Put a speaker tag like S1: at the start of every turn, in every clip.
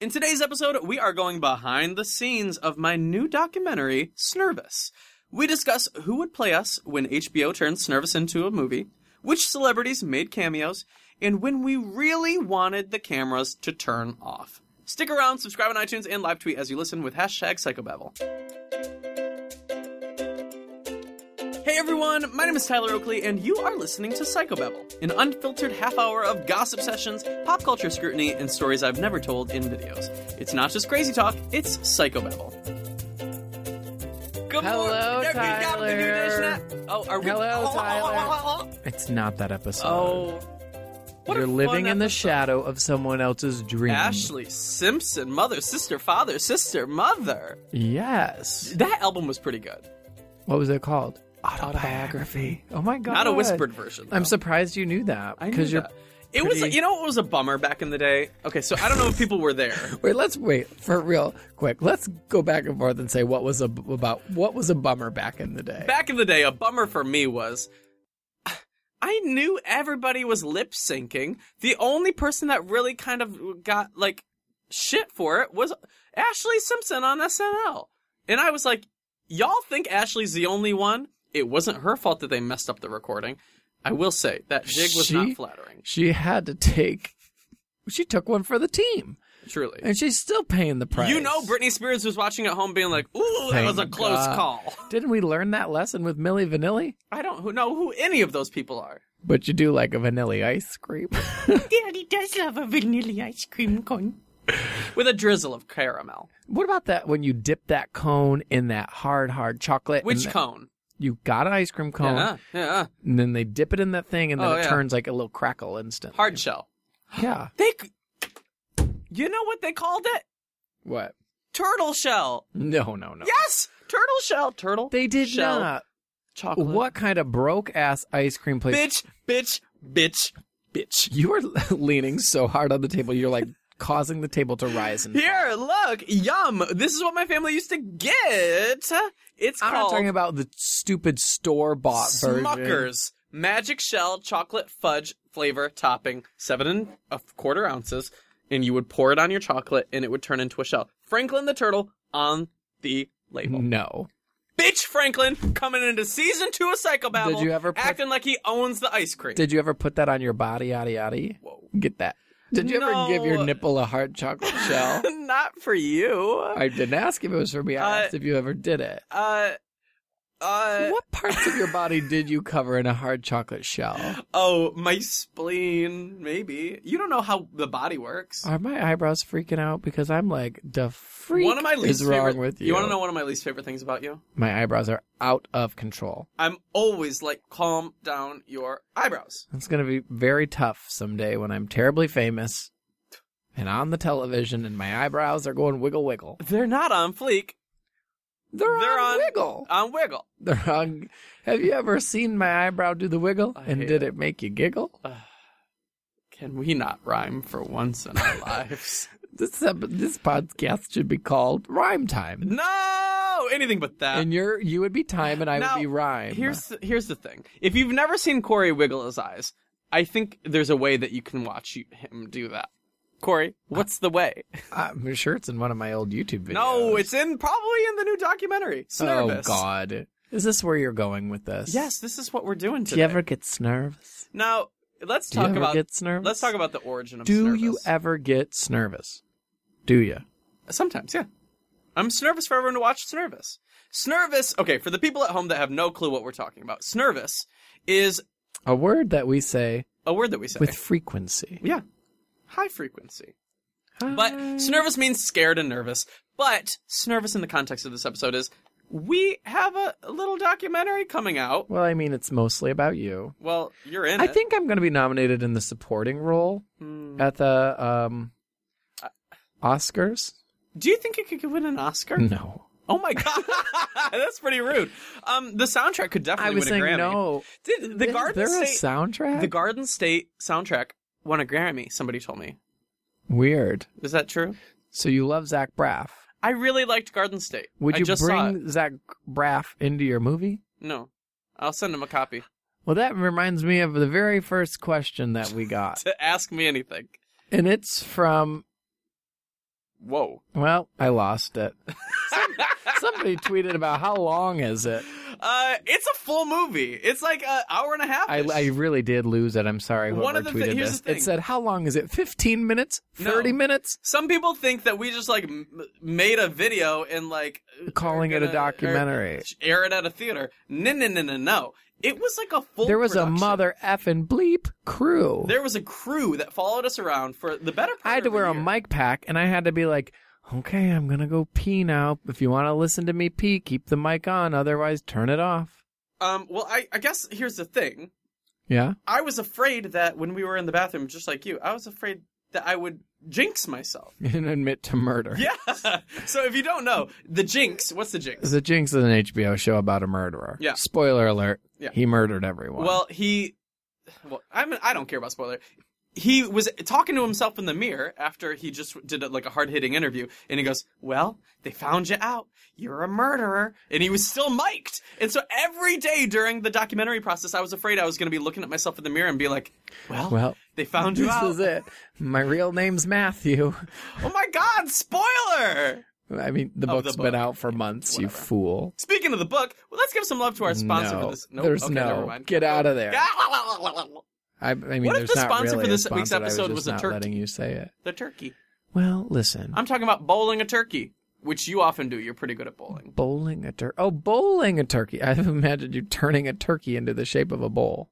S1: In today's episode, we are going behind the scenes of my new documentary, Snervous. We discuss who would play us when HBO turned Snervous into a movie, which celebrities made cameos, and when we really wanted the cameras to turn off. Stick around, subscribe on iTunes, and live tweet as you listen with hashtag Psychobabble. Hey everyone, my name is Tyler Oakley, and you are listening to Psychobabble, an unfiltered half hour of gossip sessions, pop culture scrutiny, and stories I've never told in videos. It's not just crazy talk, it's Psychobabble. Good
S2: Hello,
S1: morning, everybody.
S2: Tyler.
S1: Oh, are we?
S2: Hello, Tyler.
S3: It's not that episode.
S1: Oh, what a
S3: You're
S1: fun
S3: living in the
S1: episode.
S3: shadow of someone else's dream.
S1: Ashley Simpson, mother, sister, father, sister, mother.
S3: Yes.
S1: That album was pretty good.
S3: What was it called? Autobiography. Oh my god.
S1: Not a whispered version.
S3: I'm
S1: though.
S3: surprised you knew that
S1: I knew
S3: because you're.
S1: that. It was,
S3: pretty-
S1: you know, it was a bummer back in the day. Okay, so I don't know if people were there.
S3: Wait, let's wait for real quick. Let's go back and forth and say what was a about what was a bummer back in the day.
S1: Back in the day, a bummer for me was I knew everybody was lip syncing. The only person that really kind of got like shit for it was Ashley Simpson on SNL. And I was like, y'all think Ashley's the only one? It wasn't her fault that they messed up the recording. I will say that jig was
S3: She-
S1: not flattering,
S3: she had to take. She took one for the team,
S1: truly.
S3: and she's still paying the price.
S1: You know, Britney Spears was watching at home, being like, "Ooh, that
S3: Thank
S1: was a close
S3: God.
S1: call."
S3: Didn't we learn that lesson with Millie Vanilli?
S1: I don't who know who any of those people are.
S3: But you do like a vanilla ice cream.
S1: Daddy does love a vanilla ice cream cone with a drizzle of caramel.
S3: What about that when you dip that cone in that hard, hard chocolate?
S1: Which
S3: and that-
S1: cone?
S3: You got an ice cream cone,
S1: Yeah, yeah.
S3: and then they dip it in that thing, and then
S1: Oh,
S3: it
S1: yeah.
S3: turns like a little crackle instant.
S1: Hard shell.
S3: Yeah.
S1: They, c- you know what they called it?
S3: What?
S1: Turtle shell.
S3: No, no, no.
S1: Yes, turtle shell. Turtle.
S3: They did
S1: shell
S3: not.
S1: Chocolate.
S3: What kind of broke ass ice cream place?
S1: Bitch, bitch, bitch, bitch.
S3: You are leaning so hard on the table, you're like causing the table to rise. And
S1: Here, look, yum. This is what my family used to get. It's
S3: I'm not
S1: called
S3: talking about the stupid store bought version.
S1: Smuckers Magic Shell Chocolate Fudge Flavor Topping, seven and a quarter ounces, and you would pour it on your chocolate, and it would turn into a shell. Franklin the turtle on the label.
S3: No.
S1: Bitch, Franklin coming into season two of Psychobabble.
S3: Did you ever put-
S1: acting like he owns the ice cream?
S3: Did you ever put that on your body, yada yada?
S1: Whoa.
S3: Get that. Did you
S1: No.
S3: ever give your nipple a hard chocolate shell?
S1: Not for you.
S3: I didn't ask if it was for me.
S1: Uh,
S3: I asked if you ever did it.
S1: Uh, uh.
S3: What parts of your body did you cover in a hard chocolate shell?
S1: Oh, my spleen. Maybe you don't know how the body works.
S3: Are my eyebrows freaking out? Because I'm like, the freak
S1: one of my least
S3: is wrong
S1: favorite,
S3: with you.
S1: You want to know one of my least favorite things about you?
S3: My eyebrows are out of control.
S1: I'm always like, calm down your eyebrows.
S3: It's going to be very tough someday when I'm terribly famous and on the television and my eyebrows are going wiggle wiggle.
S1: They're not on fleek,
S3: They're,
S1: They're
S3: on,
S1: on-
S3: wiggle.
S1: on wiggle.
S3: They're on. Have you ever seen my eyebrow do the wiggle?
S1: I
S3: and
S1: hate
S3: did
S1: it.
S3: it make you giggle?
S1: Can we not rhyme for once in our lives?
S3: This ep- this podcast should be called Rhyme Time.
S1: No, anything but that.
S3: And you're you would be time and I
S1: Uh, Now,
S3: would be rhyme.
S1: Here's the, here's the thing. If you've never seen Corey wiggle his eyes, I think there's a way that you can watch you, him do that. Corey, what's the way?
S3: I'm sure it's in one of my old YouTube videos.
S1: uh, No, it's in probably in the new documentary.
S3: oh
S1: Snervous.
S3: god. Is this where you're going with this?
S1: Yes, this is what we're doing
S3: Do
S1: today.
S3: you ever get nervous?
S1: Now let's
S3: Do you
S1: talk
S3: ever
S1: about
S3: get nervous?
S1: let's talk about the origin of
S3: Do
S1: Snervous.
S3: you ever get nervous? Do you?
S1: Sometimes, yeah. I'm Snervous for everyone to watch Snervous. Snervous, okay, for the people at home that have no clue what we're talking about, Snervous is
S3: A word that we say
S1: a word that we say.
S3: with frequency. Ah.
S1: yeah. High frequency. But Snervous means scared and nervous. But Snervous in the context of this episode is we have a a little documentary coming out.
S3: Well, I mean it's mostly about you.
S1: Well, you're in
S3: I
S1: it.
S3: think I'm going to be nominated in the supporting role
S1: Hmm.
S3: at the um
S1: Uh,
S3: Oscars?
S1: Do you think it could win an Oscar?
S3: No.
S1: Oh my god. That's pretty rude. Um the soundtrack could definitely
S3: I was
S1: win a
S3: saying
S1: Grammy.
S3: no.
S1: Did the
S3: Is
S1: Garden
S3: there
S1: State
S3: a soundtrack?
S1: The Garden State soundtrack won a Grammy, somebody told me.
S3: Weird.
S1: Is that true?
S3: So you love Zach Braff.
S1: I really liked Garden State.
S3: Would
S1: I
S3: you
S1: just saw it.
S3: bring Zach Braff into your movie?
S1: No. I'll send him a copy
S3: Well, that reminds me of the very first question that we got.
S1: to ask me anything.
S3: and it's from
S1: Whoa.
S3: Well, I lost it. Somebody tweeted about how long is it?
S1: Uh, it's a full movie. It's like an hour and a half.
S3: I, I really did lose it. I'm sorry. Whoever
S1: One of the thi-
S3: tweeted
S1: here's
S3: this.
S1: the thing.
S3: It said, "How long is it? 15 minutes?
S1: No.
S3: 30 minutes?"
S1: Some people think that we just like m- made a video and like
S3: Calling
S1: are
S3: it a
S1: gonna- er,
S3: documentary.
S1: or air it at a theater. No, no, no, no, no. It was like a full.
S3: There was
S1: production.
S3: a mother effing bleep crew.
S1: There was a crew that followed us around for the better part.
S3: I had to
S1: of
S3: wear
S1: a,
S3: a
S1: year.
S3: mic pack, and I had to be like, "Okay, I'm gonna go pee now. If you want to listen to me pee, keep the mic on. Otherwise, turn it off."
S1: Um. Well, I I guess here's the thing.
S3: Yeah.
S1: I was afraid that when we were in the bathroom, just like you, I was afraid that I would jinx myself.
S3: And admit to murder.
S1: Yeah. so if you don't know, the jinx. What's the jinx?
S3: The Jinx is an HBO show about a murderer.
S1: Yeah.
S3: Spoiler alert.
S1: Yeah.
S3: He murdered everyone.
S1: Well, he. Well, I mean, I don't care about spoiler. He was talking to himself in the mirror after he just did like a hard hitting interview, and he goes, "Well, they found you out. You're a murderer," and he was still mic'd. And so every day during the documentary process, I was afraid I was going to be looking at myself in the mirror and be like, "Well,
S3: Well,
S1: they found you
S3: this
S1: out."
S3: is it. My real name's Matthew.
S1: Oh my God! Spoiler.
S3: I mean, the
S1: Of
S3: book's
S1: the book.
S3: been out for months, you fool.
S1: Speaking of the book, well, let's give some love to our sponsor
S3: no,
S1: for this. Nope.
S3: there's
S1: okay,
S3: no.
S1: Never mind.
S3: Get out of there.
S1: the
S3: I, I mean,
S1: What if
S3: there's
S1: the
S3: not
S1: sponsor
S3: really
S1: for
S3: a
S1: this
S3: sponsor,
S1: week's
S3: I was
S1: episode
S3: just
S1: was a
S3: not
S1: turkey?
S3: letting you say it.
S1: turkey.
S3: Well, listen.
S1: I'm talking about bowling a turkey, which you often do. You're pretty good at bowling.
S3: bowling a turkey. Oh, bowling a turkey. I've imagined you turning a turkey into the shape of a bowl.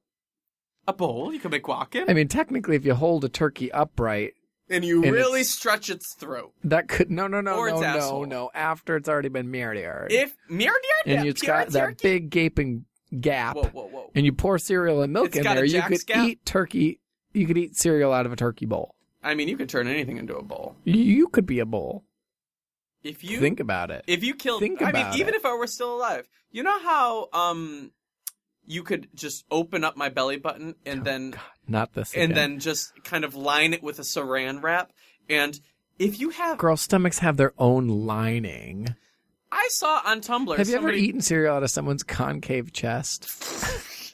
S1: A bowl, you can make guac
S3: I
S1: in,
S3: mean, technically, if you hold a turkey upright,
S1: and you
S3: and
S1: really
S3: it's-
S1: stretch its throat.
S3: that could no, no, no,
S1: Or
S3: no,
S1: its
S3: no,
S1: asshole.
S3: no. After it's already been marinated,
S1: If mirror deer,
S3: and it's got that big gaping gap,
S1: Whoa, whoa, whoa!
S3: and you pour cereal and milk
S1: It's
S3: in
S1: got a
S3: there, you
S1: jack
S3: could
S1: scap.
S3: eat turkey. You could eat cereal out of a turkey bowl.
S1: I mean, you can turn anything into a bowl
S3: You- You could be a bowl.
S1: if you
S3: Think about it.
S1: if you killed.
S3: think
S1: I mean,
S3: about
S1: even
S3: it.
S1: if I were still alive, you know how um, you could just open up my belly button and then
S3: Not this.
S1: and
S3: again.
S1: then just kind of line it with a Saran wrap, and if you have,
S3: girl stomachs have their own lining.
S1: I saw on Tumblr.
S3: Have you ever
S1: somebody-
S3: eaten cereal out of someone's concave chest?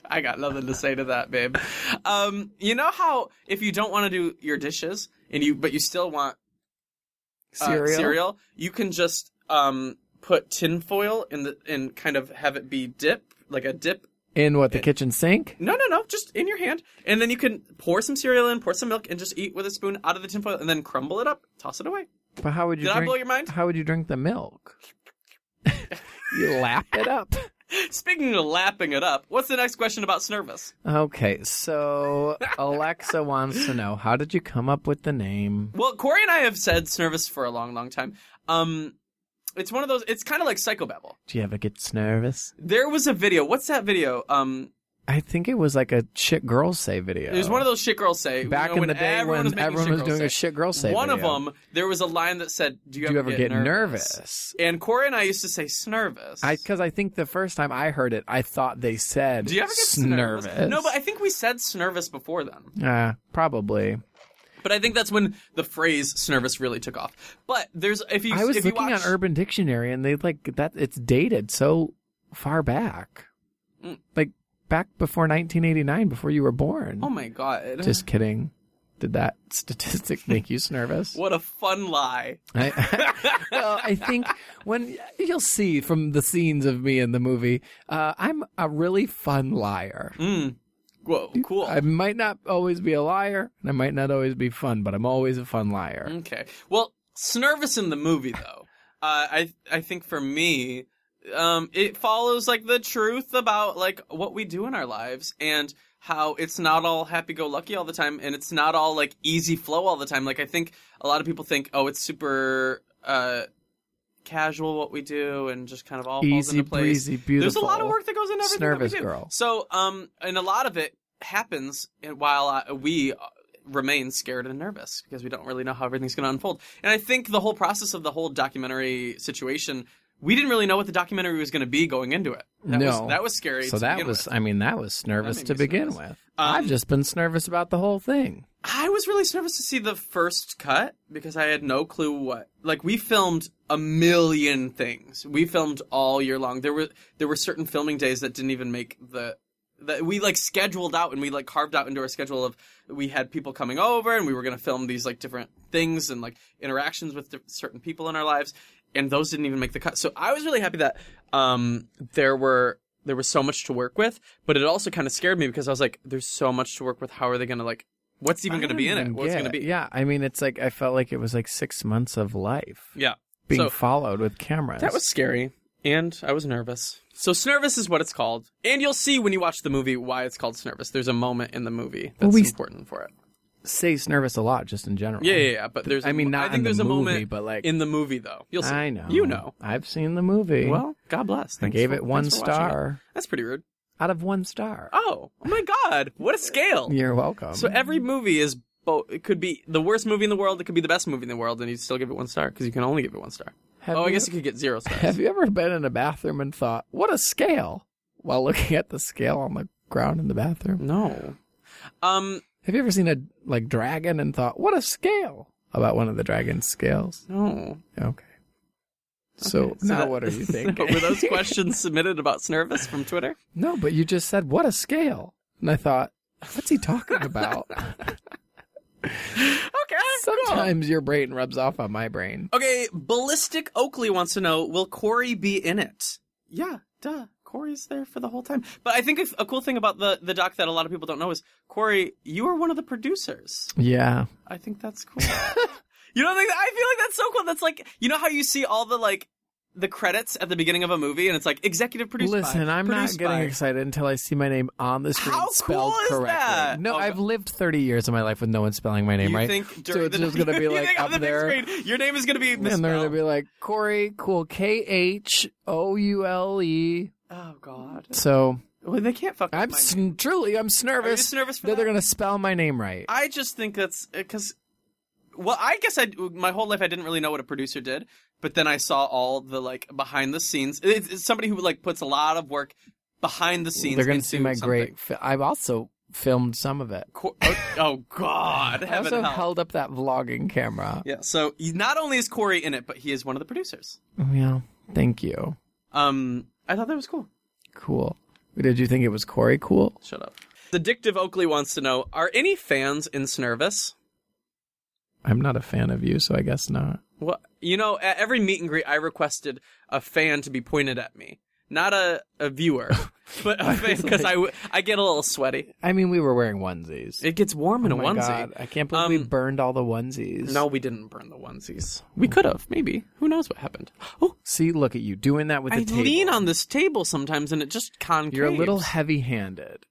S1: I got nothing to say to that, babe. Um, you know how if you don't want to do your dishes and you but you still want uh, cereal? you can just um put tinfoil in the and kind of have it be dip like a dip.
S3: in what the kitchen sink?
S1: No, no, no, just in your hand, and then you can pour some cereal in, pour some milk, and just eat with a spoon out of the tinfoil, and then crumble it up, toss it away.
S3: But how would you?
S1: Did I
S3: drink,
S1: blow your mind?
S3: How would you drink the milk? you lap it up.
S1: Speaking of lapping it up, what's the next question about Snervus?
S3: Okay, so Alexa wants to know how did you come up with the name?
S1: Well, Corey and I have said Snervus for a long, long time. Um, it's one of those. It's kind of like Psychobabble.
S3: Do you ever get nervous?
S1: There was a video. What's that video? Um,
S3: I think it was like a shit girls say video.
S1: it was one of those shit girls say. you
S3: back
S1: know,
S3: in the day
S1: everyone
S3: when
S1: was, making
S3: everyone was
S1: girls
S3: doing
S1: say.
S3: a shit girl say.
S1: One
S3: video.
S1: of them, there was a line that said, "Do you,
S3: Do you ever get nervous?
S1: And Corey and I used to say "snervous."
S3: I because I think the first time I heard it, I thought they said.
S1: Do you ever get
S3: nervous?
S1: snervous? No, but I think we said "snervous" before then.
S3: uh, probably.
S1: But I think that's when the phrase "snervous" really took off. But there's if you
S3: I was
S1: if
S3: looking
S1: you watch,
S3: on Urban Dictionary, and they like that it's dated so far back,
S1: Mm.
S3: like back before 1989, before you were born.
S1: Oh my god!
S3: Just kidding. Did that statistic make you nervous?
S1: what a fun lie.
S3: I, well, I think when you'll see from the scenes of me in the movie, uh, I'm a really fun liar.
S1: Mm. Whoa, cool.
S3: Hmm. I might not always be a liar, and I might not always be fun, but I'm always a fun liar.
S1: Okay. Well, Snervous in the movie though. Uh, I I think for me, um, it follows like the truth about like what we do in our lives and how it's not all happy go lucky all the time and it's not all like easy flow all the time. Like I think a lot of people think, oh, it's super uh, casual what we do and just kind of all falls
S3: Easy
S1: into place.
S3: breezy, beautiful.
S1: There's a lot of work that goes into everything that we
S3: Snervous
S1: do.
S3: girl.
S1: So, um, and a lot of it happens in- while I, we uh, remain scared and nervous because we don't really know how everything's going to unfold. And I think the whole process of the whole documentary situation, we didn't really know what the documentary was going to be going into it. That
S3: No.
S1: was, that was scary.
S3: So
S1: to
S3: that
S1: begin
S3: was,
S1: with.
S3: I mean, that was nervous
S1: made
S3: to
S1: me
S3: begin
S1: nervous.
S3: with.
S1: Um,
S3: I've just been nervous about the whole thing.
S1: I was really nervous to see the first cut because I had no clue what. Like we filmed a million things. We filmed all year long. There were there were certain filming days that didn't even make the that we like scheduled out and we like carved out into our schedule of we had people coming over and we were going to film these like different things and like interactions with di- certain people in our lives and those didn't even make the cut. So I was really happy that um there were there was so much to work with, but it also kind of scared me because I was like there's so much to work with. How are they going to like what's even going to be in it? What's
S3: yeah,
S1: going to be?
S3: Yeah, I mean, it's like I felt like it was like six months of life.
S1: Yeah.
S3: being
S1: So-
S3: followed with cameras.
S1: That was scary, and I was nervous. So Snervous is what it's called, and you'll see when you watch the movie why it's called Snervous. There's a moment in the movie
S3: Well,
S1: that's
S3: we-
S1: important for it.
S3: say nervous a lot, just in general.
S1: Yeah, yeah, yeah. But there's,
S3: I mean,
S1: I
S3: not
S1: think
S3: in
S1: there's
S3: the
S1: a
S3: movie,
S1: moment
S3: but like
S1: in the movie though. You'll see.
S3: I know,
S1: You know.
S3: I've seen the movie.
S1: Well, God bless.
S3: I
S1: Thanks
S3: gave
S1: for-
S3: it one
S1: thanks for watching it.
S3: star
S1: That's pretty rude.
S3: out of one star.
S1: Oh, oh my God! What a scale.
S3: You're welcome.
S1: Oh. So every movie is. Bo- it could be the worst movie in the world. It could be the best movie in the world, and you still give it one star because you can only give it one star.
S3: have
S1: oh,
S3: you,
S1: I guess you could get zero stars.
S3: have you ever been in a bathroom and thought, "What a scale," while looking at the scale on the ground in the bathroom?
S1: No. Um.
S3: Have you ever seen a like dragon and thought, "What a scale" about one of the dragon's scales?
S1: No.
S3: Okay. So
S1: Okay, so
S3: now
S1: that-
S3: what are you
S1: So
S3: thinking?
S1: were those questions submitted about Snervous from Twitter?
S3: No, but you just said what a scale, and I thought, what's he talking about?
S1: Okay.
S3: Sometimes your brain rubs off on my brain.
S1: Okay, Ballistic Oakley wants to know Will Corey be in it? Yeah, duh. Corey's there for the whole time. But I think a, a cool thing about the, the doc that a lot of people don't know is Corey, you were one of the producers.
S3: Yeah,
S1: I think that's cool. you don't think I feel like that's so cool. That's like, you know how you see all the like, the credits at the beginning of a movie and it's like executive producer.
S3: Listen, I'm not getting excited until I see my name on the screen
S1: How
S3: spelled
S1: cool is
S3: correctly.
S1: that?
S3: No,
S1: Oh,
S3: I've
S1: God.
S3: lived 30 years of my life with no one spelling my name
S1: you
S3: right.
S1: think
S3: So
S1: during
S3: it's
S1: the,
S3: just gonna be,
S1: you
S3: like,
S1: think on
S3: up
S1: the big
S3: there.
S1: screen, your name is gonna be
S3: and they're gonna
S1: misspelled.
S3: be like Corey, cool, K H O U L E.
S1: Oh God!
S3: So
S1: Well, they can't fuck.
S3: I'm
S1: with my
S3: s-
S1: name.
S3: truly, I'm s-
S1: Are you
S3: nervous
S1: just nervous for
S3: that they're
S1: that?
S3: gonna spell my name right.
S1: I just think that's because. Well, I guess I my whole life I didn't really know what a producer did, but then I saw all the like behind the scenes. It's, it's somebody who like puts a lot of work behind the scenes.
S3: they're gonna
S1: into
S3: see my
S1: something.
S3: great. Fi- I've also filmed some of it.
S1: Co- oh, oh God!
S3: I
S1: Heaven
S3: also
S1: help.
S3: held up that vlogging camera.
S1: Yeah. So he- not only is Corey in it, but he is one of the producers.
S3: Oh, Yeah. Thank you.
S1: Um, I thought that was cool.
S3: Cool. Did you think it was Corey cool?
S1: Shut up. Addictive Oakley wants to know: Are any fans in Snervous?
S3: I'm not a fan of you, so I guess not.
S1: Well, you know, at every meet and greet, I requested a fan to be pointed at me, not a, a viewer, but a fan because I, w- I get a little sweaty.
S3: I mean, we were wearing onesies.
S1: It gets warm in
S3: oh
S1: a
S3: my
S1: onesie.
S3: God, I can't believe we
S1: Um,
S3: burned all the onesies.
S1: No, we didn't burn the onesies. We could have, maybe. Who knows what happened? Oh,
S3: See, look at you doing that with the
S1: I
S3: table.
S1: lean on this table sometimes, and it just concaves.
S3: You're a little heavy-handed.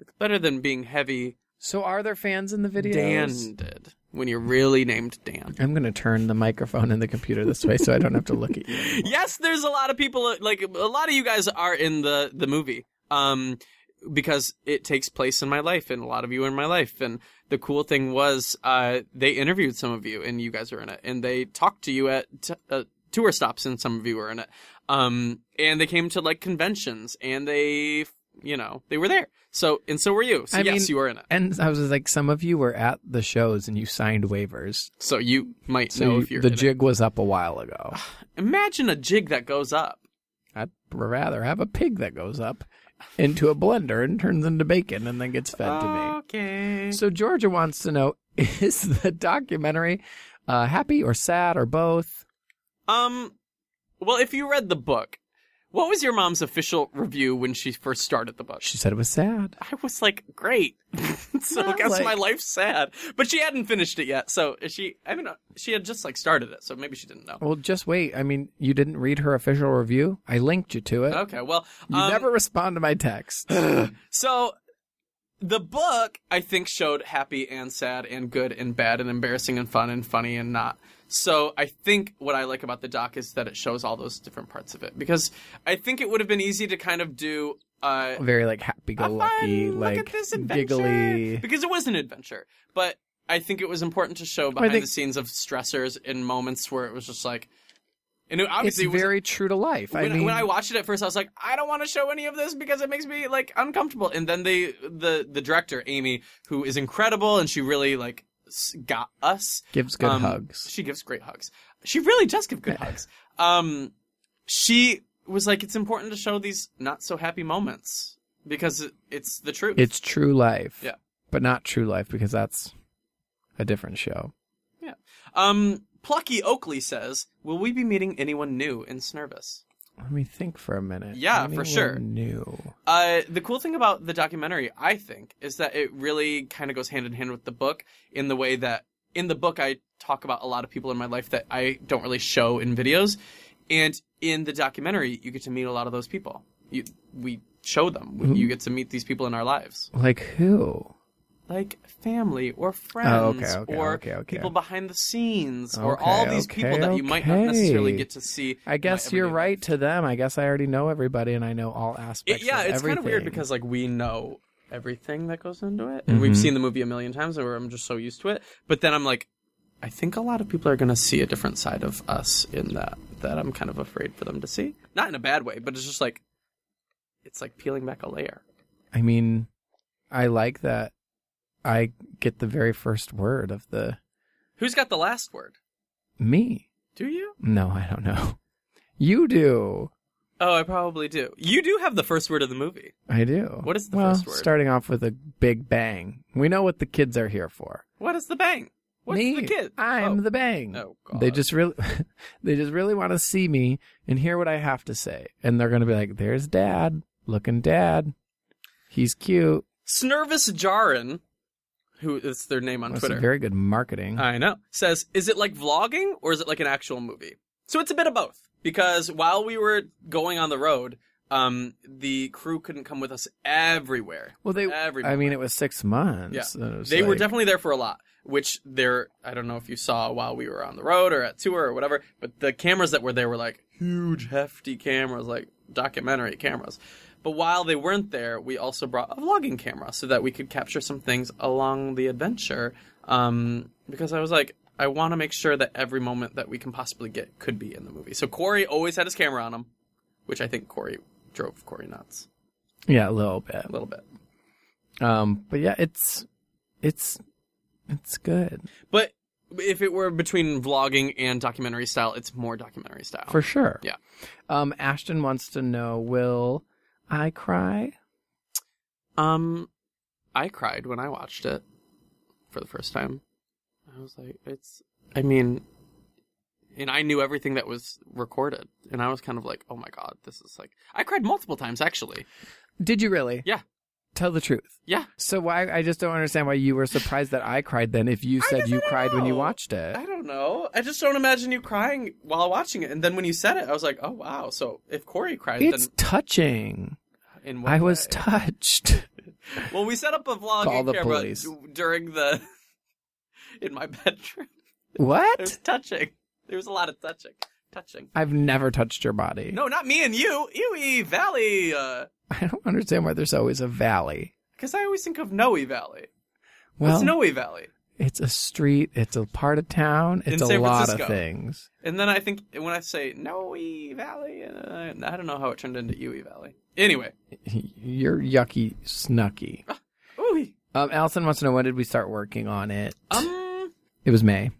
S1: It's better than being heavy
S3: So, are there fans in the videos?
S1: danded when you're really named Dan.
S3: I'm gonna turn the microphone and the computer this way so I don't have to look at you.
S1: yes, there's a lot of people uh, like a lot of you guys are in the the movie. Um because it takes place in my life and a lot of you are in my life and the cool thing was uh they interviewed some of you and you guys were in it and they talked to you at t- uh, tour stops and some of you were in it. Um and they came to like conventions and they you know, they were there. So and so were you. So
S3: I
S1: yes,
S3: mean-
S1: you were in it.
S3: And I was like, some of you were at the shows and you signed waivers.
S1: So you might
S3: So
S1: know
S3: you-
S1: if you're
S3: the
S1: in it.
S3: jig was up a while ago.
S1: Imagine a jig that goes up.
S3: I'd rather have a pig that goes up into a blender and turns into bacon and then gets fed to
S1: Uh,
S3: me.
S1: Okay.
S3: So Georgia wants to know: Is the documentary uh, happy or sad or both?
S1: Um, well, if you read the book, what was your mom's official review when she first started the book?
S3: She said it was sad.
S1: I was like, great. so I
S3: Sounds
S1: guess
S3: like-
S1: my life's sad. But she hadn't finished it yet, so she, I mean, uh, she had just like started it, so maybe she didn't know.
S3: Well, just wait. I mean, you didn't read her official review. I linked you to it.
S1: Okay, well,
S3: You
S1: um,
S3: never respond to my text.
S1: So the book I think showed happy and sad and good and bad and embarrassing and fun and funny and not. So I think what I like about the doc is that it shows all those different parts of it because I think it would have been easy to kind of do uh
S3: Very like happy-go-lucky,
S1: fun, look
S3: like
S1: at this adventure.
S3: giggly.
S1: because it was an adventure. But I think it was important to show
S3: I
S1: behind
S3: think-
S1: the scenes of stressors and moments where it was just like, and it
S3: It's
S1: obviously was,
S3: very true to life. I
S1: when,
S3: mean,
S1: when I watched it at first, I was like, I don't want to show any of this because it makes me like uncomfortable. And then they, the the director Amy, who is incredible, and she really like s- got us.
S3: gives good
S1: Um,
S3: hugs.
S1: She gives great hugs. She really does give good hugs. Um, she was like, it's important to show these not so happy moments because it- it's the truth.
S3: It's True Life.
S1: Yeah.
S3: But not True Life because that's a different show.
S1: um, Plucky Oakley says, "Will we be meeting anyone new in Snervus?"
S3: Let me think for a minute.
S1: Yeah, for sure.
S3: New.
S1: Uh, the cool thing about the documentary, I think, is that it really kind of goes hand in hand with the book in the way that in the book I talk about a lot of people in my life that I don't really show in videos, and in the documentary you get to meet a lot of those people. You, we show them.
S3: Mm-hmm.
S1: We- You get to meet these people in our lives,
S3: Like who?
S1: like family or friends
S3: Oh, okay,
S1: or
S3: okay, okay.
S1: people behind the scenes or
S3: Okay,
S1: all these people
S3: okay,
S1: that you might not necessarily
S3: okay.
S1: get to see.
S3: I guess
S1: everyday
S3: you're
S1: life.
S3: right to them. I guess I already know everybody and I know all
S1: It-
S3: aspects.
S1: yeah,
S3: of
S1: it's kind of weird
S3: everything.
S1: because like we know everything that goes into it, and we've
S3: Mhm.
S1: seen the movie a million times, and I'm just so used to it. But then I'm like, I think a lot of people are gonna see a different side of us in that that I'm kind of afraid for them to see. Not in a bad way, but it's just like it's like peeling back a layer.
S3: I mean, I like that. I get the very first word of the
S1: Who's got the last word?
S3: me.
S1: Do you?
S3: No, I don't know. You do.
S1: Oh, I probably do. You do have the first word of the movie.
S3: I do.
S1: What is the
S3: well,
S1: first word?
S3: Starting off with a big bang. We know what the kids are here for.
S1: What is the bang? What's
S3: me,
S1: the kid?
S3: I'm
S1: Oh.
S3: the bang.
S1: Oh, God.
S3: They just really, they just really want to see me and hear what I have to say, and they're gonna be like, "There's Dad, looking Dad, he's cute."
S1: Snervus Jarin, who is their name on
S3: That's
S1: Twitter. Uh,
S3: very good marketing.
S1: I know. Says, is it like vlogging or is it like an actual movie? So it's a bit of both. Because while we were going on the road, um, the crew couldn't come with us everywhere.
S3: well, they.
S1: Every
S3: I mean,
S1: moment.
S3: it was six months.
S1: Yeah.
S3: so it was
S1: they were
S3: like-
S1: definitely there for a lot, which they're, I don't know if you saw while we were on the road or at tour or whatever, but the cameras that were there were like huge, hefty cameras, like documentary cameras. But while they weren't there, we also brought a vlogging camera so that we could capture some things along the adventure. Um, because I was like, I want to make sure that every moment that we can possibly get could be in the movie. So Corey always had his camera on him, which I think Corey drove Corey nuts
S3: Yeah, a little bit.
S1: a little bit.
S3: Um, but yeah, it's, it's, it's good
S1: But if it were between vlogging and documentary style, it's more documentary style.
S3: for sure.
S1: Yeah.
S3: Um, Ashton wants to know, will I cry?
S1: um, I cried when I watched it for the first time. I was like, it's. I mean, and I knew everything that was recorded, and I was kind of like, oh my god, this is like. I cried multiple times actually.
S3: Did you really?
S1: Yeah.
S3: Tell the truth.
S1: Yeah,
S3: So why? I just don't understand why you were surprised that I cried then. If you said
S1: guess I
S3: you
S1: don't
S3: cried when you
S1: know.
S3: watched it,
S1: I don't know. I just don't imagine you crying while watching it. And then when you said it, I was like, oh wow. So if Corey cried,
S3: it's
S1: then
S3: touching.
S1: in what
S3: I was
S1: way?
S3: touched.
S1: Well, we set up a vlog
S3: Call
S1: and
S3: the
S1: camera
S3: police.
S1: d- during the in my bedroom. It was
S3: what?
S1: touching. There was a lot of touching. Touching.
S3: I've never touched your body.
S1: No, not me and you. Ewe Valley. Because
S3: I don't understand why there's always a valley.
S1: I always think of Noe Valley.
S3: Well,
S1: What's Noe Valley?
S3: it's a street. It's a part of town.
S1: In
S3: It's a
S1: San
S3: lot
S1: Francisco.
S3: of things.
S1: And then I think when I say Noe Valley, uh, I don't know how it turned into Ewe Valley. Anyway,
S3: You're yucky snucky.
S1: ooh,
S3: Um, Allison wants to know when did we start working on it?
S1: um,
S3: it was May.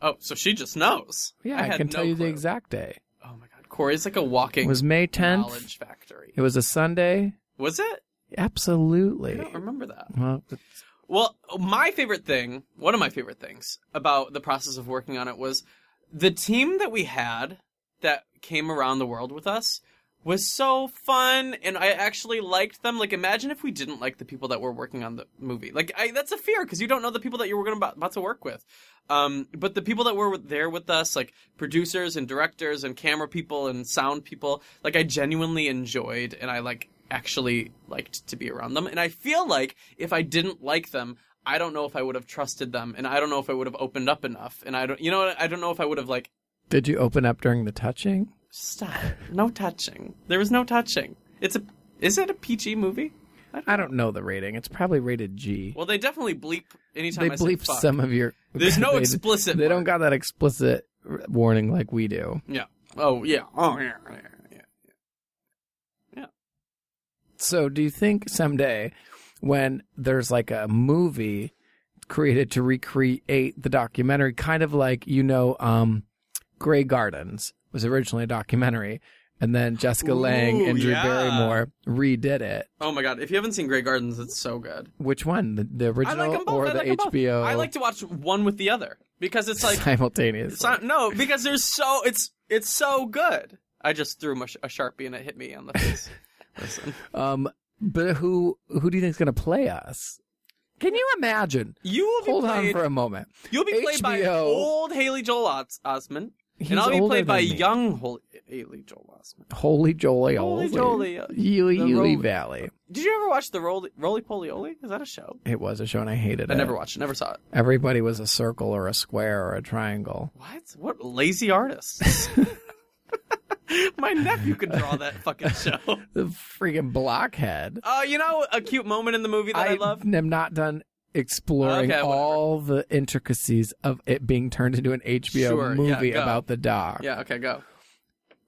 S1: oh, so she just knows.
S3: Yeah, I,
S1: had
S3: can
S1: no
S3: tell you
S1: clue.
S3: the exact day.
S1: Oh my god, Corey's like a walking
S3: It was May 10th.
S1: knowledge factory.
S3: It was a Sunday.
S1: Was it? I
S3: Absolutely.
S1: don't remember that.
S3: Well,
S1: Well, my favorite thing, one of my favorite things about the process of working on it was the team that we had that came around the world with us was so fun and I actually liked them. Like imagine if we didn't like the people that were working on the movie. Like I that's a fear cuz you don't know the people that you were going to about to work with. Um but the people that were with- there with us like producers and directors and camera people and sound people, like I genuinely enjoyed and I like actually liked to be around them. And I feel like if I didn't like them, I don't know if I would have trusted them, and I don't know if I would have opened up enough, and I don't, you know, what? I don't know if I would have like
S3: did you open up during the touching?
S1: stop, no touching. There was no touching. It's a, is it a PG movie?
S3: I don't know the rating. It's probably rated G.
S1: Well, they definitely bleep anytime
S3: they
S1: I
S3: bleep
S1: say fuck.
S3: some of your.
S1: There's no
S3: they-
S1: explicit
S3: They don't
S1: mark.
S3: got that explicit r- warning like we do.
S1: Yeah. Oh yeah. Oh yeah. yeah, yeah.
S3: So, do you think someday, when there's like a movie created to recreate the documentary, kind of like you know, um, Grey Gardens was originally a documentary, And then Jessica Lange
S1: Ooh,
S3: and Drew
S1: yeah.
S3: Barrymore redid it.
S1: Oh my god! If you haven't seen Grey Gardens, it's so good.
S3: Which one? The, the
S1: I
S3: original
S1: like them both.
S3: or
S1: I
S3: the
S1: like 'em both.
S3: HBO
S1: I like to watch one with the other because it's like
S3: simultaneous?
S1: it's not, no, because there's so it's it's so good. I just threw my, sh- a sharpie and it hit me on the face. Listen,
S3: Um, but who who do you think is going to play us? Can you imagine?
S1: you will be
S3: Hold on
S1: played.
S3: for a moment.
S1: you'll be played by
S3: HBO.
S1: old Haley Joel Os- Osment,
S3: He's
S1: and I'll be
S3: older
S1: played by
S3: than me.
S1: young Hol- Haley Joel Osment.
S3: Holy Jolie,
S1: Holy
S3: Holy
S1: Jolie, uh, the
S3: Yuli Yuli
S1: Roly-
S3: Valley.
S1: Did you ever watch the Roly Roly Poly Oly? Is that a show?
S3: It was a show and I hated it.
S1: I never watched. it. Never saw it.
S3: Everybody was a circle or a square or a triangle.
S1: What? What lazy artists? My nephew could draw that fucking show.
S3: The freaking blockhead.
S1: Uh, you know, a cute moment in the movie that I, love.
S3: am not done exploring
S1: Okay, whatever.
S3: all the intricacies of it being turned into an HBO
S1: Sure, yeah,
S3: movie
S1: go.
S3: about the dog.
S1: Yeah. Okay. Go.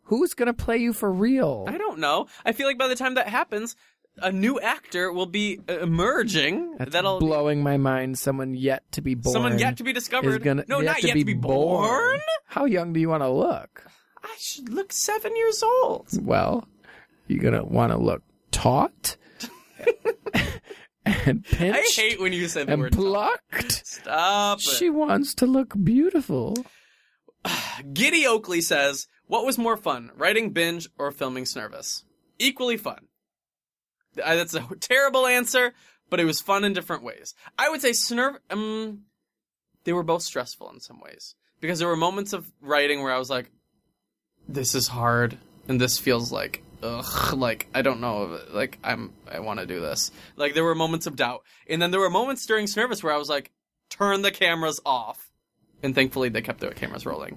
S3: Who's gonna play you for real?
S1: I don't know. I feel like by the time that happens, a new actor will be uh, emerging.
S3: That's
S1: that'll
S3: blowing my mind. Someone yet to be born.
S1: someone yet to be
S3: is
S1: discovered.
S3: gonna
S1: no,
S3: yet
S1: not
S3: to
S1: yet
S3: be
S1: to be born.
S3: How young do you want to look?
S1: I should look seven years old.
S3: Well, you're gonna want to look taut and
S1: I
S3: pinched
S1: hate when you say the
S3: and
S1: word.
S3: plucked.
S1: Stop. it.
S3: She wants to look beautiful.
S1: Giddy Oakley says, "What was more fun, writing binge or filming Snervous? Equally fun." Uh, That's a terrible answer, but it was fun in different ways. I would say Snerv. Um, they were both stressful in some ways because there were moments of writing where I was like, "This is hard," and this feels like. Ugh, like I don't know, like I'm, I want to do this. Like there were moments of doubt, and then there were moments during Snervous where I was like, "Turn the cameras off," and thankfully they kept the cameras rolling.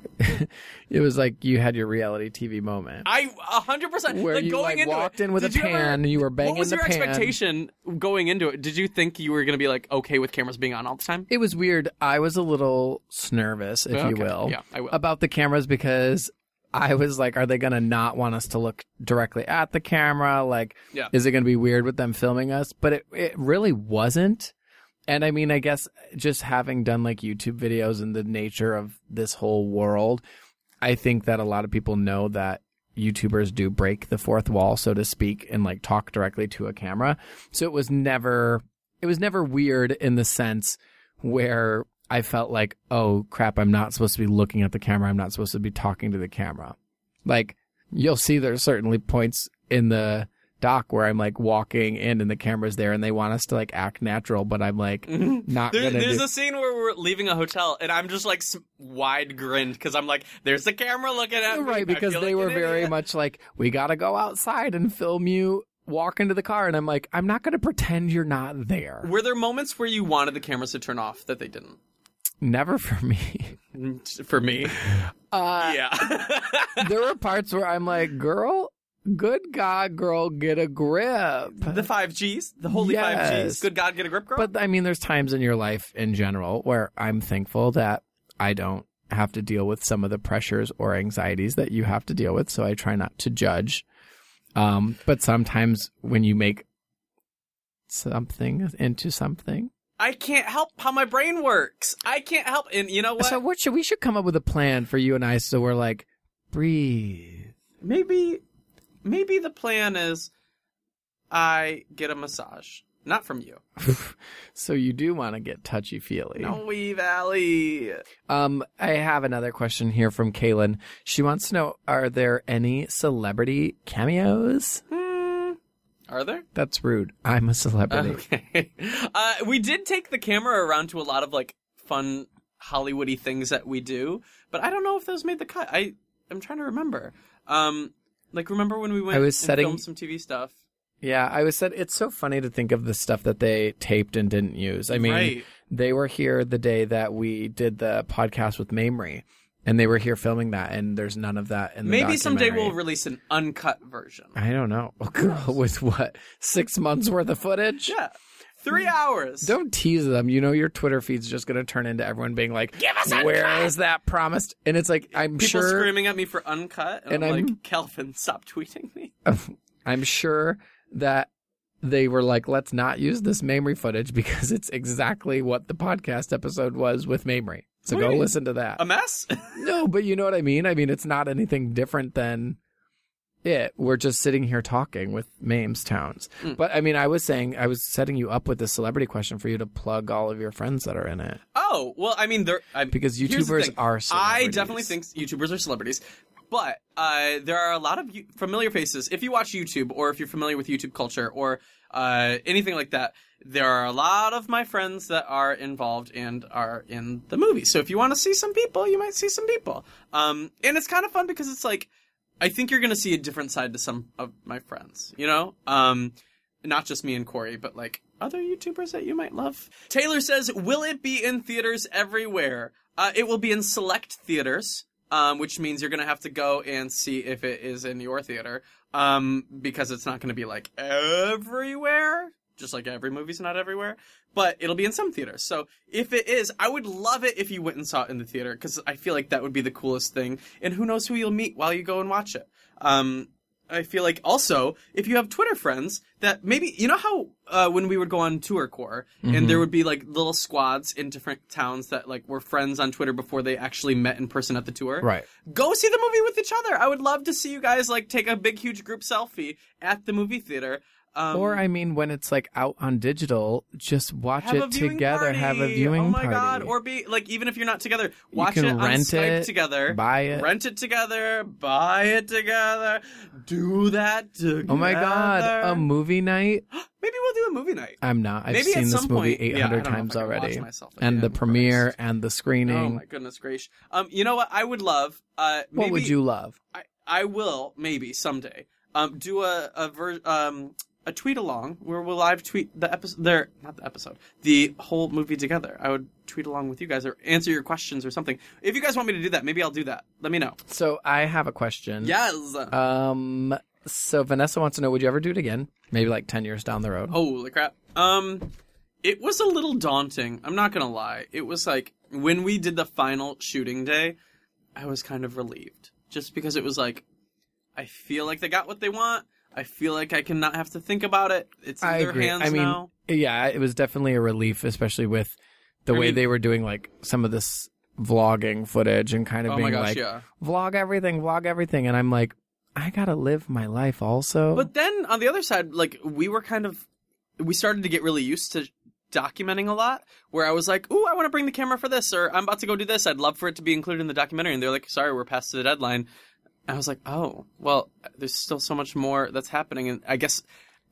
S3: It was like you had your reality TV moment.
S1: I a hundred percent.
S3: Where
S1: like,
S3: you,
S1: going
S3: like,
S1: into
S3: walked
S1: it,
S3: in with a
S1: did you ever-
S3: pan, you were banging
S1: What was
S3: the
S1: your
S3: pan.
S1: expectation going into it? Did you think you were going to be like okay with cameras being on all the time?
S3: it was weird. I was a little nervous, if you
S1: Oh, Okay.
S3: will, Uh,
S1: Yeah, I will.
S3: about the cameras because I was like, are they going to not want us to look directly at the camera? Like,
S1: Yeah.
S3: is it going to be weird with them filming us? But it, it really wasn't. And I mean, I guess just having done like YouTube videos and the nature of this whole world, I think that a lot of people know that YouTubers do break the fourth wall, so to speak, and like talk directly to a camera. So it was never, it was never weird in the sense where I felt like, oh crap, I'm not supposed to be looking at the camera. I'm not supposed to be talking to the camera. Like you'll see there's certainly points in the dock where I'm like walking in and the camera's there and they want us to like act natural, but I'm like
S1: Mm.
S3: not
S1: There,
S3: gonna
S1: there's
S3: do-
S1: a scene where we're leaving a hotel, and I'm just like s- wide grinned because I'm like, "There's the camera looking at me." I
S3: right because
S1: feel
S3: they
S1: like
S3: were
S1: an
S3: very
S1: idiot.
S3: much like we gotta go outside and film you walk into the car and i'm like i'm not gonna pretend you're not there
S1: Were there moments where you wanted the cameras to turn off that they didn't? Mm,
S3: never for me
S1: For me,
S3: uh
S1: yeah.
S3: there were parts where i'm like girl good god girl get a grip
S1: the five Gs, the holy five Gs.
S3: Yes.
S1: Good God, get a grip, girl.
S3: but i mean there's times in your life in general where i'm thankful that i don't have to deal with some of the pressures or anxieties that you have to deal with so i try not to judge um but sometimes when you make something into something
S1: I can't help how my brain works. I can't help, and you know what?
S3: So what should we should come up with a plan for you and I so we're like breathe.
S1: maybe maybe the plan is I get a massage. Not from you.
S3: So you do want to get touchy feely.
S1: No Wee Valley.
S3: Um I have another question here from Kaylin. She wants to know are there any celebrity cameos?
S1: Hmm. Are there?
S3: That's rude. I'm a celebrity.
S1: Okay. Uh, we did take the camera around to a lot of like fun Hollywoody things that we do, but I don't know if those made the cut. I I'm trying to remember. Um, like remember when we went
S3: I was
S1: and
S3: setting-
S1: filmed some TV stuff.
S3: Yeah, I was said it's so funny to think of the stuff that they taped and didn't use. I mean,
S1: Right.
S3: they were here the day that we did the podcast with Mamrie and they were here filming that and there's none of that in the
S1: Maybe someday
S3: documentary.
S1: we'll release an uncut version.
S3: I don't know. Oh, girl, with what? Six months worth of footage?
S1: Yeah. Three hours.
S3: Don't tease them. You know your Twitter feed's just going to turn into everyone being like, "Give us that promised?" And it's like, I'm
S1: People
S3: sure,
S1: screaming at me for uncut, and,
S3: And
S1: I'm,
S3: I'm-
S1: like, Kelvin, stop tweeting me.
S3: I'm sure that they were like, "Let's not use this Mamrie footage because it's exactly what the podcast episode was with Mamrie." So go
S1: Right.
S3: listen to that.
S1: A mess?
S3: no, but you know what I mean. I mean, it's not anything different than it. We're just sitting here talking with Mames Towns. But I mean, I was saying I was setting you up with this celebrity question for you to plug all of your friends that are in it
S1: Oh well, I mean, there I,
S3: because
S1: here's the
S3: YouTubers
S1: thing.
S3: are.
S1: I
S3: celebrities.
S1: definitely think YouTubers are celebrities, but uh, there are a lot of you- familiar faces. If you watch YouTube, or if you're familiar with YouTube culture, or uh, anything like that, there are a lot of my friends that are involved and are in the movie. So if you want to see some people, you might see some people. Um, and it's kind of fun because it's like I think you're going to see a different side to some of my friends. You know, um, not just me and Corey, but like other YouTubers that you might love. Taylor says, "Will it be in theaters everywhere? Uh, it will be in select theaters, um, which means you're gonna have to go and see if it is in your theater, um, because it's not gonna be like everywhere." Just like every movie's not everywhere, but it'll be in some theaters. So if it is, I would love it if you went and saw it in the theater because I feel like that would be the coolest thing. And who knows who you'll meet while you go and watch it. Um, I feel like also if you have Twitter friends that maybe you know how uh, when we would go on tour core
S3: Mm-hmm.
S1: and there would be like little squads in different towns that like were friends on Twitter before they actually met in person at the tour.
S3: Right.
S1: Go see the movie with each other. I would love to see you guys like take a big huge group selfie at the movie theater. Um,
S3: Or I mean, when it's like out on digital, just watch
S1: have a
S3: it
S1: viewing
S3: together.
S1: Party.
S3: Have a viewing
S1: Oh my
S3: party.
S1: god! Or be like, even if you're not together, watch
S3: can
S1: it on
S3: rent
S1: Skype
S3: it,
S1: together.
S3: buy it.
S1: Rent it together. Buy it together. Do that together.
S3: oh my god, a movie night.
S1: Maybe we'll do a movie night.
S3: I'm not. I've
S1: Maybe at
S3: seen this
S1: some
S3: movie
S1: point- yeah, I
S3: 800
S1: don't know if I
S3: times
S1: can watch
S3: already,
S1: myself
S3: and
S1: again,
S3: the
S1: but
S3: premiere
S1: it's-
S3: and the
S1: Oh
S3: screening.
S1: my goodness gracious. Um, you know what? I would love. Uh,
S3: what
S1: maybe
S3: would you love?
S1: I, I will maybe someday. Um, do a a ver- um a tweet along where we'll live tweet the episode. There, not the episode. The whole movie together. I would tweet along with you guys or answer your questions or something. If you guys want me to do that, maybe I'll do that. Let me know.
S3: So I have a question.
S1: Yes.
S3: Um. So Vanessa wants to know: Would you ever do it again? Maybe like ten years down the road.
S1: Holy crap. Um, it was a little daunting. I'm not gonna lie. It was like when we did the final shooting day, I was kind of relieved just because it was like, I feel like they got what they want. I feel like I can not have to think about it. It's in
S3: I
S1: their
S3: agree.
S1: hands
S3: I mean,
S1: now.
S3: yeah, it was definitely a relief, especially with the
S1: I
S3: way
S1: mean-
S3: they were doing like some of this vlogging footage and kind of
S1: Oh
S3: being
S1: my gosh,
S3: like,
S1: yeah.
S3: vlog everything, vlog everything, and I'm like, I gotta live my life also.
S1: But then on the other side, like we were kind of, we started to get really used to documenting a lot. Where I was like, "Ooh, I want to bring the camera for this," or "I'm about to go do this. I'd love for it to be included in the documentary." And they're like, "Sorry, we're past the deadline." I was like, "Oh, well, there's still so much more that's happening." And I guess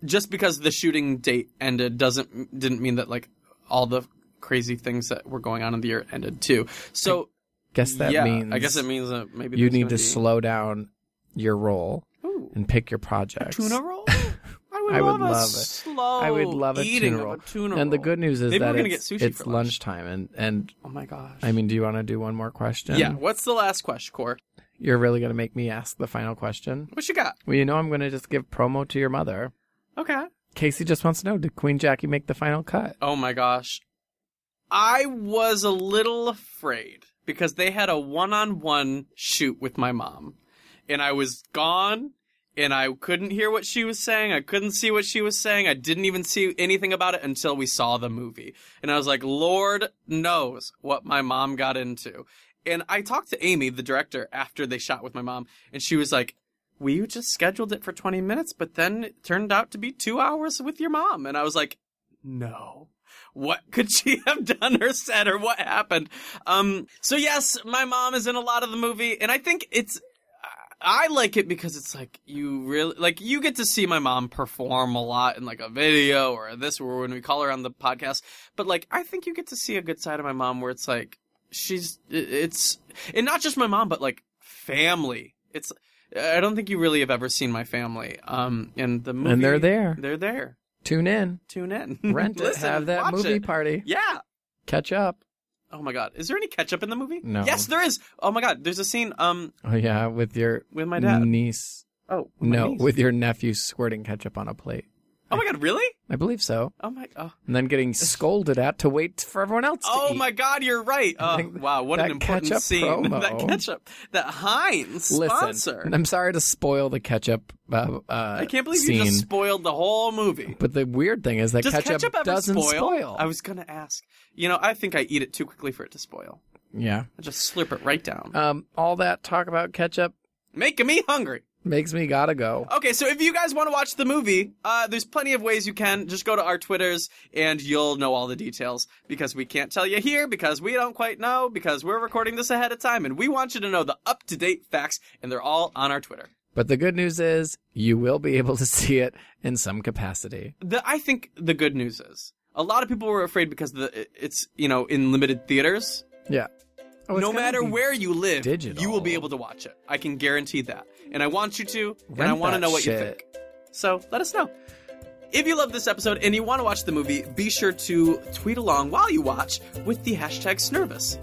S1: just because the shooting date ended doesn't didn't mean that like all the crazy things that were going on in the year ended too. So
S3: guess that
S1: yeah,
S3: means
S1: I guess it means that maybe
S3: you
S1: there's
S3: need
S1: gonna
S3: to
S1: be...
S3: slow down your role
S1: Ooh.
S3: and pick your projects.
S1: tuna roll. I would,
S3: I would
S1: love, a
S3: love it.
S1: slow
S3: I would love a
S1: eating
S3: tuna roll.
S1: of a tuna roll.
S3: and the good news is
S1: Maybe
S3: that
S1: we're gonna
S3: it's,
S1: get sushi
S3: it's
S1: for lunch.
S3: lunchtime, and and
S1: Oh my gosh.
S3: I mean, do you want to do one more question?
S1: yeah. What's the last question, Core?
S3: You're really gonna make me ask the final question.
S1: What you got?
S3: Well, you know, I'm gonna just give promo to your mother.
S1: Okay.
S3: Casey just wants to know: Did Queen Jackie make the final cut?
S1: Oh my gosh. I was a little afraid because they had a one-on-one shoot with my mom, and I was gone. And I couldn't hear what she was saying. I couldn't see what she was saying. I didn't even see anything about it until we saw the movie. And I was like, Lord knows what my mom got into. And I talked to Amy, the director, after they shot with my mom, and she was like, We just scheduled it for 20 minutes, but then it turned out to be two hours with your mom. And I was like, No. What could she have done or said or what happened? Um, so yes, my mom is in a lot of the movie, and I think it's I like it because it's like you really like you get to see my mom perform a lot in like a video or this or when we call her on the podcast. But like I think you get to see a good side of my mom where it's like she's it- it's and not just my mom but like family. It's I don't think you really have ever seen my family. Um, in the movie
S3: And they're there.
S1: They're there.
S3: Tune in,
S1: Tune in,
S3: rent it,
S1: Listen,
S3: have that
S1: watch
S3: movie
S1: it.
S3: party,
S1: Yeah.
S3: catch up.
S1: Oh my god, is there any ketchup in the movie?
S3: No.
S1: Yes, there is. Oh my god, there's a scene um
S3: Oh yeah, with your
S1: with my dad.
S3: niece.
S1: oh with my
S3: No,
S1: niece.
S3: with your nephew squirting ketchup on a plate.
S1: oh my god, really?
S3: I believe so.
S1: Oh my oh.
S3: And then getting scolded at to wait for everyone else. to
S1: Oh
S3: eat.
S1: my God, you're right. Oh,
S3: e- think
S1: wow, what
S3: that
S1: an important
S3: ketchup
S1: scene.
S3: promo-
S1: that ketchup, that Heinz sponsor.
S3: Listen, I'm sorry to spoil the ketchup. Uh, uh,
S1: I can't believe
S3: scene,
S1: you just spoiled the whole movie.
S3: But the weird thing is that
S1: Does ketchup, ever
S3: doesn't
S1: spoil?
S3: spoil.
S1: I was gonna ask. You know, I think I eat it too quickly for it to spoil.
S3: Yeah. Uh,
S1: I just slurp it right down,
S3: Um. All that talk about ketchup.
S1: making me hungry.
S3: makes me gotta go.
S1: Okay, so if you guys want to watch the movie, uh, there's plenty of ways you can. Just go to our Twitters and you'll know all the details because we can't tell you here because we don't quite know because we're recording this ahead of time and we want you to know the up to date facts and they're all on our Twitter.
S3: But the good news is you will be able to see it in some capacity.
S1: The, I think the good news is a lot of people were afraid because the it's you know in limited theaters.
S3: Yeah. Oh, it's
S1: no
S3: gonna
S1: matter
S3: be-
S1: where you live,
S3: digital.
S1: you will be able to watch it. I can guarantee that. And I want you to, and I
S3: Rent
S1: want to
S3: that
S1: know what you
S3: shit.
S1: think. So let us know. If you love this episode and you want to watch the movie, be sure to tweet along while you watch with the hashtag Snervous.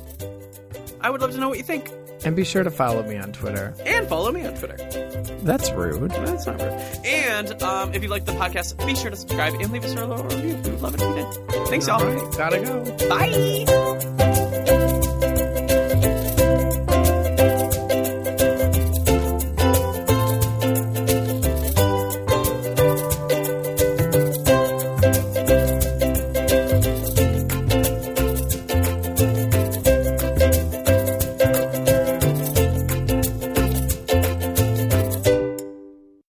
S1: I would love to know what you think.
S3: And be sure to follow me on Twitter.
S1: And follow me on Twitter.
S3: That's rude.
S1: That's not rude. And um, if you like the podcast, be sure to subscribe and leave us a little review. We would love it if you did. Thanks, y'all.
S3: All right, gotta go.
S1: Bye.